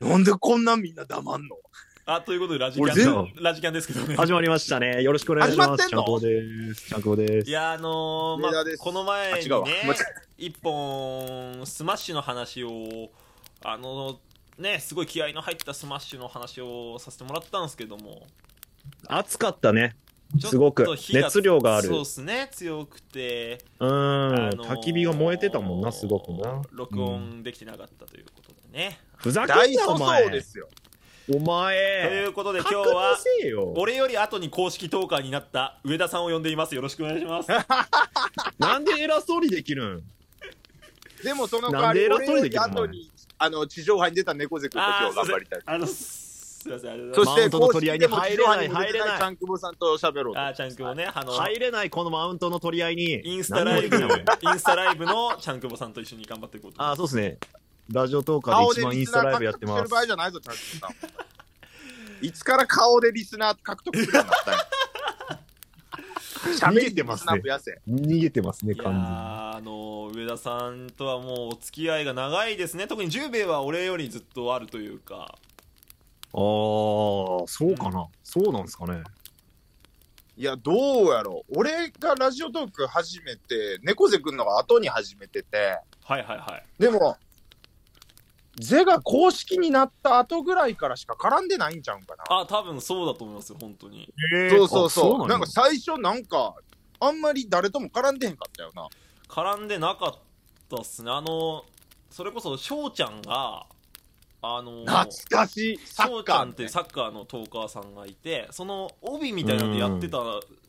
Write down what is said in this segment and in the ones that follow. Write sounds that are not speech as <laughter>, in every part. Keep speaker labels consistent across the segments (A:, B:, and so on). A: なんでこんなみんな黙んの
B: あ、ということで、ラジ
A: 俺
B: キャン
A: 全、
B: ラジキャンですけどね。
C: <laughs> 始まりましたね。よろしくお願いします。
A: 始
C: ち
A: ま
C: ゃ
A: っ
C: ん
A: てんの
C: こです。ちゃんこです
B: い。や、あのーま
A: 上田
B: あ
A: で、す
B: この前
A: あ
B: に
A: 違うわ
B: ね
A: 間違え、
B: 一本、スマッシュの話を、あの、ね、すごい気合いの入ったスマッシュの話をさせてもらったんですけども、
C: 暑かったね。
B: ちょっと
C: すごく
B: 火が
C: 熱量がある
B: そうですね、強くて、
C: うーん、
B: あのー
C: 焚き火が燃えてたもんな、すごくな。
B: 録
C: うん。
B: 音できてなかったということでね。
C: ふざけ
A: 大
C: んな、お
A: 粗相で
C: 前。
A: すよ。
C: お
B: とい
C: 前。
B: うことで、今
C: 覚
B: 日
C: 悟
B: は、
C: せえよ。
B: 俺より後に公式トーカーになった上田さんを呼んでいます。よろしくお願いします。
C: なんで偉そうにできるん
A: でもその代わり、
C: なんで偉
A: 俺
C: そう
A: よ
C: にで
A: り
C: きるの
A: 後に、あの、地上波に出た猫背君と今日頑張りたい。
B: あの、すいません、ありがとう
A: そ
B: ござい
A: し
C: マウ
A: て、
C: ントの
A: 公式
C: 取り合い
A: で
C: に
A: も
C: 入
A: 地
C: れ
A: 上波
C: ない
A: にも出て
C: 入れな
A: ないいちゃんくぼさんと喋ろうと
B: ます。あー、ちゃんくぼね、あの、
C: 入れない、このマウントの取り合いに。
B: インスタライブ、イ
C: 何もできない
B: ンスタライブのちゃんくぼさんと一緒に頑張っていこうと。
C: あ、そうですね。ラジオトーカー
A: 顔で
C: で一番イ
A: リ
C: ン
A: ス
C: スタ
A: ナ
C: ライ
A: ー
C: ブやっ
A: 獲
C: て
A: 得して
C: ま
A: る
C: す
A: 場。合じゃないぞ、ちゃんくぼさ <laughs> ん。いつから顔でリスナー獲得するようになったんや
C: 逃げてますね
A: リスナー増やせ。
C: 逃げてますね、
B: いやー
C: 完
B: あの上田さんとはもうお付き合いが長いですね特に十兵衛は俺よりずっとあるというか
C: 全に。あー、そうかな。そうなんですかね。
A: いや、どうやろう。俺がラジオトーク始めて、猫背くんのが後に始めてて、
B: はいはいはい
A: でも、ゼが公式になった後ぐらいからしか絡んでないんちゃうんかな。
B: あ多分そうだと思いますよ本当に
A: そうそうそう。
C: あ
A: なんか最初なんか、あんまり誰とも絡んでへんかったよな。
B: 絡んでなかったっすねあのそれこそ翔ちゃんがあの
A: かしい。サ
B: 翔
A: ッ
B: ち
A: カ
B: ゃ
A: ー
B: ん
A: っ
B: って
A: て。
B: サッカーのトーカーさんがいてその帯みたいなのやってた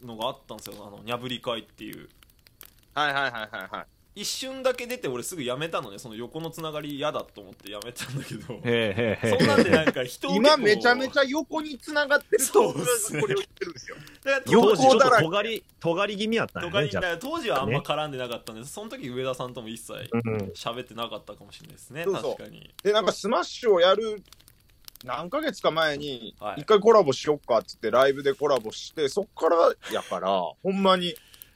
B: のがあったんですよあのにゃぶり会っていう
A: はいはいはいはいはい。
B: 一瞬だけ出て俺すぐやめたのねその横のつながり嫌だと思ってやめたんだけど
C: へーへーへー。
B: そんなんでなんか人を
A: 今めちゃめ
B: ゃ
A: ちゃ横に繋がってる
B: そうっすね
A: これを言ってるんですよ。
B: だから
C: 当
B: 当
C: 時
B: 時
C: ちょっ
A: だ
C: と
A: らけ
C: 尖り、尖り気味やったん
B: と
C: や
B: か
C: ね、
B: に
C: じゃ
B: だ
C: あ。
B: から当時はあんま絡んでなかったんでその時上田さんとも一切
C: うん
B: 喋ってなかったかもしれないですね
A: そうそう
B: 確かに
A: で、なんかスマッシュをやる何ヶ月か前に
B: は、い
A: 一回コラボしよっかっつってライブでコラボして、そっからやから、ほんまに。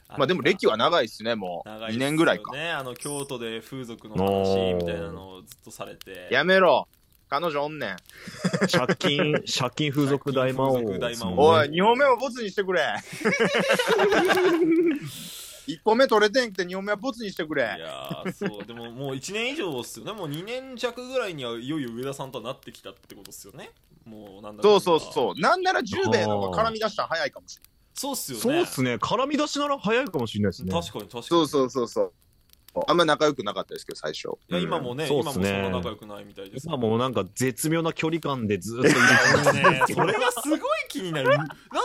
A: まあでも歴は長いっすね、もう。
B: 長いっすよ
A: 2年ぐらいか。
B: ねあの京都で風俗の話みたいなのをずっとされて
A: やめろ。彼女おんねん。
B: <laughs>
C: 借金、借金風俗大魔王。
B: 借金風俗大魔王
A: おい、
B: うん
A: 2本目もボツにして <laughs> くれ。1本目取れてんくて2本目はボツにしてく
B: い
A: れ。
B: やーそうでももう1年以上っすよねもう2年弱ぐらいにはいよいよ上田さんとはなってきたってことっすよねもうなんだ
A: そうそう
B: う
A: そう。なんなら10名の方が絡み出したら早いかもしれない。
B: そうっすよね
C: そうっすね。絡み出しなら早いかもしれないですね。
B: 確かに確かに
A: そうそうそうそう。あんま仲良くなかったですけど、最初。
B: いや今もね,、
C: そうっ
B: 今も
C: す
B: そん
C: ね
B: な仲良くないみたいです
C: 今もうなんか絶妙な距離感でずっといる
B: いやもうねそれがすごい気になるだ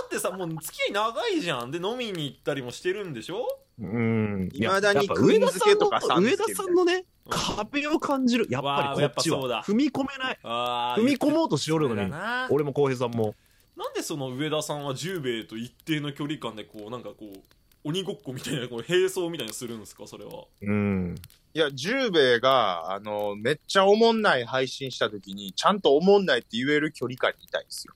B: ってさもう付き合い長いじゃんで飲みに行ったりもしてるんでしょ
C: <laughs> うん。い
A: 未だに
C: やっぱ上田さんの
A: 釘付けとかさん付
C: 上
A: けみたい
C: 田
A: な
C: さんのね、
B: うん
C: 壁を感じる。やっぱ
B: わあ
C: りこっち
B: やっぱそう
C: は。
B: だ
C: 踏み込めない。
B: あ
C: 踏み込もうとしよるの
B: だ
C: に。
B: な
C: 俺も浩平さんも。
B: なんでその上田さんは十兵衛と一定の距離感でこうなんかこう鬼ごっこみたいなこう並走みたいにするんですかそれは
C: うん。
A: いや、十兵衛が、あの、めっちゃおもんない配信したときに、ちゃんとおもんないって言える距離感にいたいんですよ。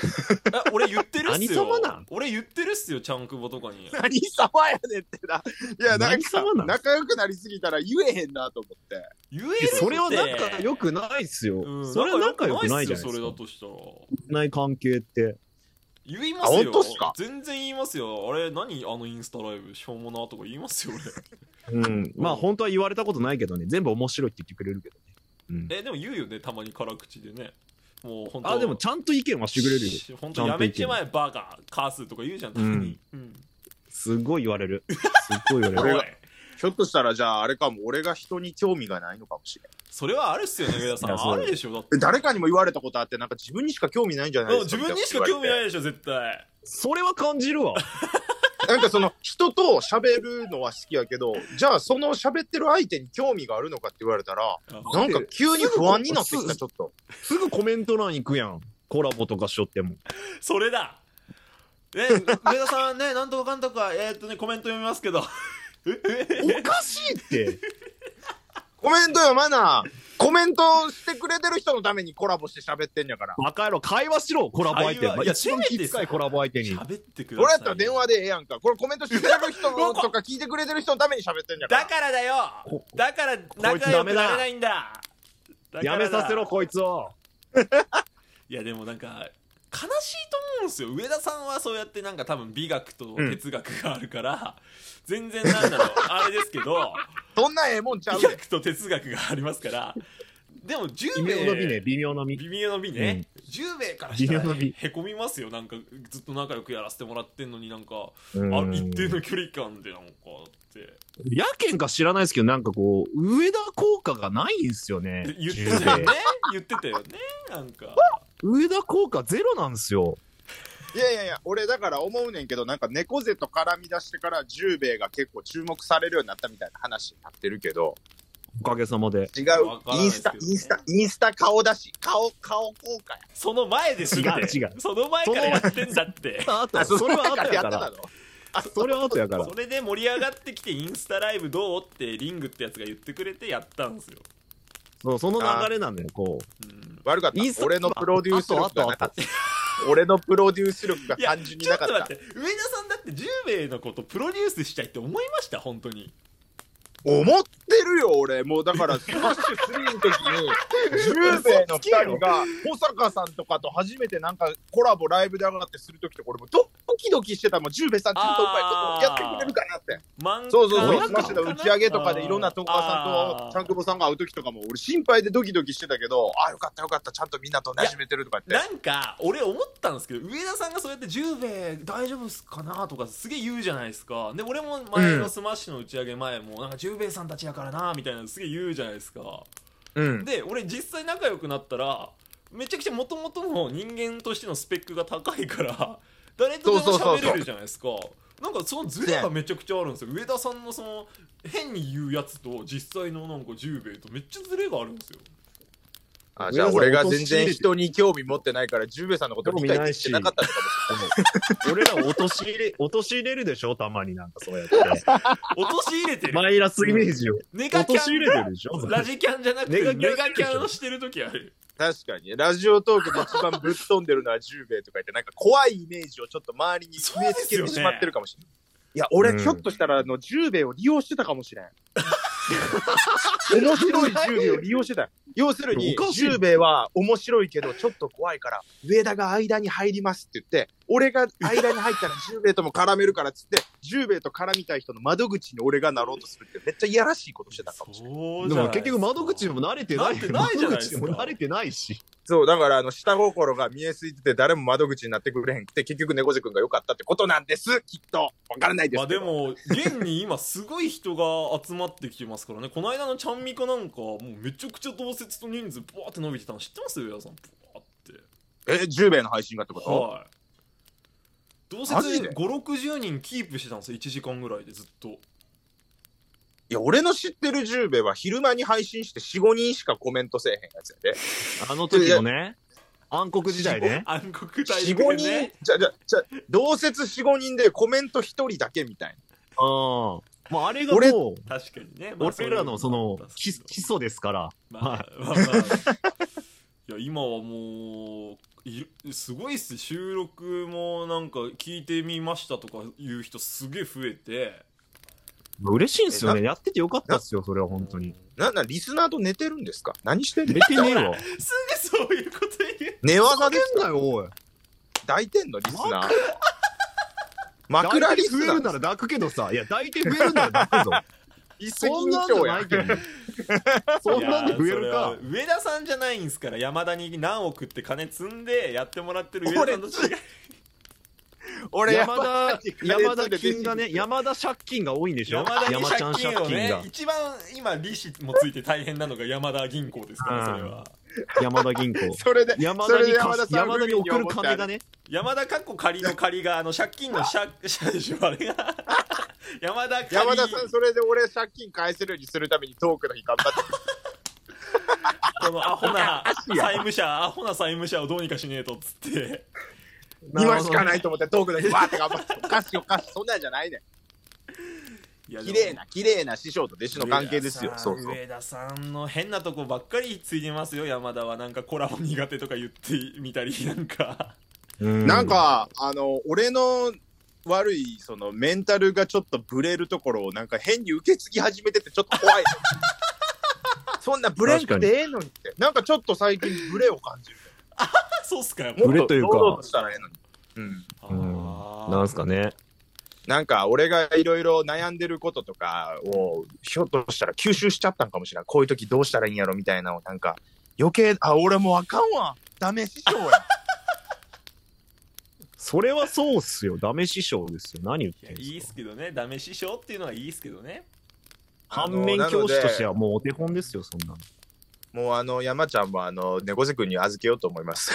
B: え俺言ってるっすよ
C: 何様なん
B: 俺言ってるっすよちゃんくぼとかに
A: 何様やねんってな。いや、なん
C: 何
A: か
C: 様な、ん
A: 仲良くなりすぎたら言えへんなと思って。
B: 言え
C: い
B: る
C: や
B: って
C: それは仲良くないっす
B: う
C: よ。
B: ん
C: それは仲良くな
B: っすよ
C: いじゃないで
B: そ
C: す
B: れだ
C: か。
B: としたら
C: ない関係って。
B: 言いますよ
A: あ本当っすか
B: 全然言いますよあれ何あのインスタライブしょうもなとか言いますよ俺
C: うん。まあ本当は言われたことないけどね。全部面白いって言ってくれるけどね。う
B: <laughs>
C: ん。
B: えでも言うよねたまに辛口でねもう本当
C: あ、でもちゃんと意見はしてくれるよ。
B: し本当やめちまえバカカースとか言うじゃんたまに、うん
C: すごい言われる。すごい言わ
A: これ
B: <laughs>
C: れる。
A: がひょっとしたら、じゃあ、あれかも、俺が人に興味がないのかもしれない。
B: それはあるっすよね上田さ
C: いやそ
B: ん
C: う
B: あるでしょだって
A: え誰かにも言われたことあって、なんか自分にしか興味ないんじゃない
B: でも
A: ですか
B: 自分にしか興味
A: い。
B: ないでしょ絶対
C: それは感じるわ。
A: なんかその、人と喋るのは好きやけど、じゃあ、その喋ってる相手に興味があるのかって言われたら、なんか急に不安になってきた、ちょっと。
C: すぐコメント欄行くやん。コラボとかしよっても。
B: それだね上田さんねなんとかかんとかえーっとねコメント読みますけど
C: おかしいって。
A: コメントよ、マナー。コメントしてくれてる人のためにコラボして喋ってんやから。
C: バカ野郎、会話しろ、コラボ相手。
B: 会話いや
C: 一番
B: せめ
C: き
B: て
C: つ
B: さ
C: かいコラボ相手に。
B: 喋ってく
A: これ
B: だ
A: や
B: さい
A: ったら電話でええやんか。これコメントしてくれる人のとか聞いてくれてる人のために喋ってんやから。
B: だからだよだから
C: こいつ
B: 仲良くなれないんだだからだ
C: やめさせろ、こいつを。
B: いやでもなんか悲しいと思うんですよ上田さんはそうやってなんか多分美学と哲学があるから、全然なんだろうあれですけど
A: どんなええもんちゃう
B: 美
A: ねん
B: 学と哲学がありますからでも10
C: 微
B: 名
C: 妙の美ね、微妙の美。
B: 微妙の美ね、10名からした
C: 微
B: ら
C: 妙の美
B: へこみますよなんかずっと仲良くやらせてもらってんのになんか
C: うん
B: あ一定の距離感でなんかって
C: やけんか知らないですけど、なんかこう、上田効果がないんですよね。
B: 言ってたよ
C: 10
B: ね
C: で
B: 言ってたよねなんか
C: <laughs> 上田効果ゼロなんですよ。
A: いやいやいや、俺だから思うねんけど、なんか猫背と絡み出してから十兵衛が結構注目されるようになったみたいな話になってるけど、
C: おかげさまで。
A: 違う
B: わから、ない
A: イ
B: で
A: ン
B: す
A: ス
B: け
A: タ
B: ど、ね
A: インスタ、インスタ顔出し、顔、顔効果や。
B: その前ですよ
C: 違う違う
B: その前からやってんだって
C: あと、それは後やか
A: やっ
C: ら
A: て。たのあ、そ
C: それは後やから。
B: それで盛り上がってきてインスタライブどうってリングってやつが言ってくれてやったんですよ、
C: そうその流れなんだよ、こう。
B: うん
A: 悪かっ
C: インス
A: た。
C: タ
A: 俺のプロデュース力がなか
C: あとあとあと
A: った。俺のプロデュース力が
B: いや
A: 単純に
B: ちょ
A: な
B: っ
A: かっ
B: と
A: た
B: 待っ。て上田さんだって10名のことプロデュースしたいって思いました本当に
A: 思ってるよ、俺。もうだ <laughs> から、スマッシュ3の時に、10名の2人が、保坂さんとかと初めてなんかコラボライブで上がってする時とか、俺もドキドキしてたもん、10名さんちゃんとうまいことやってくれるかなって。
B: 漫画
A: そうそうそう、
C: なん
A: スマ
C: か
A: ッシュの打ち上げとかでいろんなトーカーさんと、ちゃんくぼさんが会う時とかも、俺心配でドキドキしてたけど、あ、よかったよかった、ちゃんとみんなと馴染めてるとかって。
B: なんか俺思ったんですけど上田さんがそうやって10名大丈夫っすかなとかすげえ言うじゃないですかで俺も前のスマッシュの打ち上げ前もなんか10名さんたちやからなみたいなのすげえ言うじゃないですか
C: うん。
B: で俺実際仲良くなったらめちゃくちゃ元々の人間としてのスペックが高いから誰とでも
A: そうそうそうそ
B: 喋
A: う
B: れるじゃないですかなんかそのズレがめちゃくちゃあるんですよ上田さんのその変に言うやつと実際のなんか10兵衛とめっちゃズレがあるんですよ
A: あじゃあ俺が全然人に興味持ってないから、十兵衛さんのこと理解できてなかったとかも
C: 俺ら落とし入 <laughs> れ、落とし入れるでしょたまになんかそうやって。
B: 陥れて
C: <laughs>
B: る
C: マイナスイメージを。
B: ネガ
C: 落
B: キ
C: とし入れて
B: ャン
C: るでしょ
B: ラジキャンじゃなくてネ
C: ネガキャン
B: ガキャンしてる時ある
A: 確かに。ラジオトークで一番ぶっ飛んでるのは十兵衛とか言って、なんか怖いイメージをちょっと周りに決めつけ
B: そ
A: て
B: うです
A: し
B: よね
A: まってるかもしれない。いや、俺、
C: うん
A: ひょっとしたら、あの、十兵衛を利用してたかもし <laughs> れん。面白い十兵衛を利用してた。要するに
C: おか、しい
A: 十兵衛は面白いけど、ちょっと怖いから、上田が間に入りますって言って、俺が間に入ったら十兵衛とも絡めるからっつって、十兵衛と絡みたい人の窓口に俺がなろうとするって、めっちゃいやらしいことしてたかもしれん
B: そう
C: でも結局窓口
B: も
C: にも慣れてない。
B: 慣れてないじゃないですか
C: 窓口にも慣れてないし。
A: そう、だから、あの、下心が見えすぎてて、誰も窓口になってくれへんって、結局、猫背くんが良かったってことなんです、きっと。わからないで
B: まあ
A: すけ
B: で
A: ど。
B: も現に今すごい人が集まってきてますからねこの間のちゃんみかなんかもうめちゃくちゃ同説と人数ブワーって伸びてたの知ってますよ矢さんブワーって
A: え、10名の配信がってこと
B: はい同
A: マ
B: 説
A: ジで
B: 560人キープしてたんですよ1時間ぐらいでずっと
A: いや、俺の知ってる10名は、昼間に配信して、4、5人しかコメントせえへんやつやで。
C: あの時のね、暗黒時代ね。
B: 暗黒大
A: 4、
B: 陸
A: 5
B: でね
A: 人じゃ、じゃ、じゃ、同説4、5人で、コメント1人だけみたいな。
C: うん。もうあれが
A: 俺
C: もう、
B: 確かにね、まあ
C: 俺らのその
B: ういうもあったんです
C: 基
B: けど
C: 基礎ですから。
B: まあ、まあまあいや今はもういすごいっす収録もなんか聞いてみましたとかいう人すげえ増えて
C: 嬉しいんですよね。やっててよかったっすよ、それは本当に。
A: なんなん、リスナーと寝てるんですか何してんの
C: 寝てねえわ。
B: すぐそういうこと言う
A: 寝技
C: ふざ
A: です
C: けんなよ、おい。
A: 抱いてんの、リスナー。枕リ
C: 抱い
A: ス
C: て増え
A: ナ
C: る
A: ー。
C: なら抱くけどさ。いや、抱いて増えるなら抱くぞ。
A: 一石
C: <laughs> そんな
A: 二
C: んじゃ
A: 鳥
C: な
A: や
C: い。けどね。そんなんで増え
B: い
C: る
B: やーそ。れ
C: か
B: は上田さんじゃないんですから山田に何億って金積んでやってもらってる上田さんと違う
A: 俺、
C: 山 <laughs> 田、山田金が
A: ね
C: ね、山田借金が多いんでしょ
B: 山田に
C: 山ちゃん
B: 借
C: 借
B: 金を
C: 金
B: ね
C: が。
B: 一番今利子もついて大変なのが山田銀行ですからそれは
C: 山田銀 <laughs> 行。
A: それで、
C: 山
A: そ
C: 田
A: れ
C: に
A: で
C: 貸す、
A: さん
C: 山田に送る金が
A: ね。
C: ね。
B: 山田かっこ仮の仮があの借金の借借でしょあれが <laughs> 山田仮
A: 山田さん、それで俺借金返せるようにするためにトークの日頑張って。
B: このアホな債務者、アホな債務者をどうにかしねえとっつって。
A: 今しか <laughs> ないと思ってトークの日バーって頑張って。 <laughs> おかしいおかしい。そんなんじゃないね
B: いや
A: ん。
B: で
A: <laughs> 綺
B: も
A: 麗な、綺麗な師匠と弟子の関係ですよ。そうそう。
B: 上田さん上田さんの変なとこばっかりついてますよ、山田は。なんかコラボ苦手とか言ってみたり、 <laughs> なんか。
A: な、
C: なん
A: か、あの、俺の、悪い、その、メンタ <laughs> ルがちょっとブレるところをなんか変に受け継ぎ始めててちょっと怖い。そんなブレんくてええのにって。なんかちょっと最近ブレを感じる。
B: そうっすかやっぱ
C: ブレというか
A: もっ堂々としたらええのに。うん。
B: あー
C: なんすかね。
A: なんか、俺がいろいろ悩んでることとかを、ひょっとしたら吸収しちゃったんかもしれない。こういう時どうしたらいいんやろみたいなのを、なんか、余計、あ、俺もうあかんわ。ダメ師匠や。
C: それはそうっすよ。ダメ師匠ですよ。何
B: い
C: 言って
B: や
C: ん
B: いいっ
C: すか。
B: すけどねダメ師匠っていうのはいいっすけどね
C: <laughs>
B: <laughs>
C: 反面
A: あの
C: 教師として。
A: なの
C: はもうお手本ですよ、そんなの。
A: でもうあの、山ちゃんもあの、猫背くんに預けようと思い
C: <laughs>
A: ます。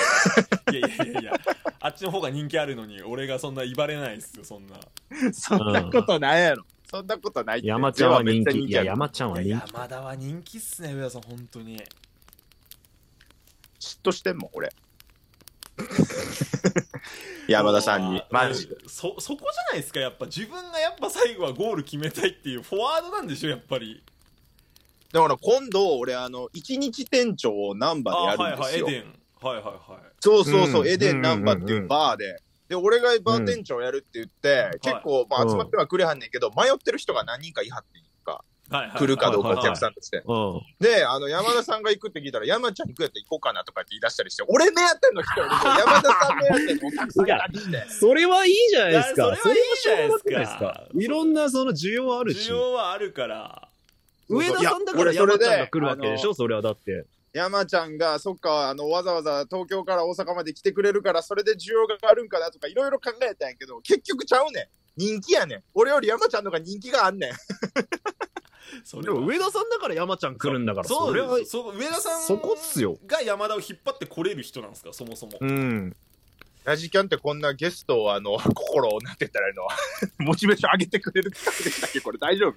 B: いやいやいやいやあっちの方が人気あるのに俺がそんな威張れないっすよそんな
A: そんなことないやろ。そんなことないって。
C: 山ちゃんは人
A: で
C: 気。
A: めっ
C: い
A: ちゃ
C: や、
A: 人や。
C: 山ちゃんはい人
B: や
C: 気。
B: 山田は人気っすね上田さん本当に
A: 嫉妬してんもん、
C: <laughs>
A: 俺。山田
C: <laughs>
A: さんに。マジで。
B: そそこじゃないですかやっぱ自分がやっぱ最後はゴール決めたいっていうフォワードなんでしょやっぱり
A: だから今度、俺、あの、一日店長をナンバ
B: あ
A: ーで
B: は
A: や
B: い
A: るんで
B: はい
A: す
B: エ
A: よ。
B: デンはいはいはい
A: そうそうそう、
C: うん
A: エデンナンバーっていうバーで。で、俺がバー店長やるって言って、結構、まあ、
C: うん
A: 集まってはくれはんねんけど、迷ってる人が何人かいはっていうか、
B: はいはい
A: 来るかどうか
B: はい
A: お
B: はい
A: 客さんとして。
C: うん。
A: で、あの、山田さんが行くって聞いたら、山ちゃん行くやったら行こうかなとかって言い出したりして、俺目当ての人
C: <laughs>
A: よりも山田さん目当てのお客さんが来て。
C: それはいいじゃないです
B: い
C: か
B: や。それはいいじゃないですか
C: それはしょうがないですかいろんなその需要あるし
B: 需。要はあるから
C: 上田さんだか
A: いや
C: ら
A: 俺それ
C: 山
A: で
C: ちゃんが来るわけでしょ、それはだって。
A: 山ちゃんが、そっか、あの、わざわざ東京から大阪まで来てくれるから、それで需要があるんかなとか、いろいろ考えたんやけど、結局ちゃうねん。人気やねん。俺より山ちゃんの方が人気があんねん。
B: そ
C: で
B: は
C: も上田さんだから山ちゃん来るんだから、
B: そう
C: れは
B: ですそう上田さん
C: そこっすよ
B: が山田を引っ張ってこれる人なんですかそもそも
C: うん。
A: ラジキャンってこんなゲス <laughs> トを、あの、心を、なんて言ったらいいのモチベーション上げてくれる企画でしたっけこれ大丈夫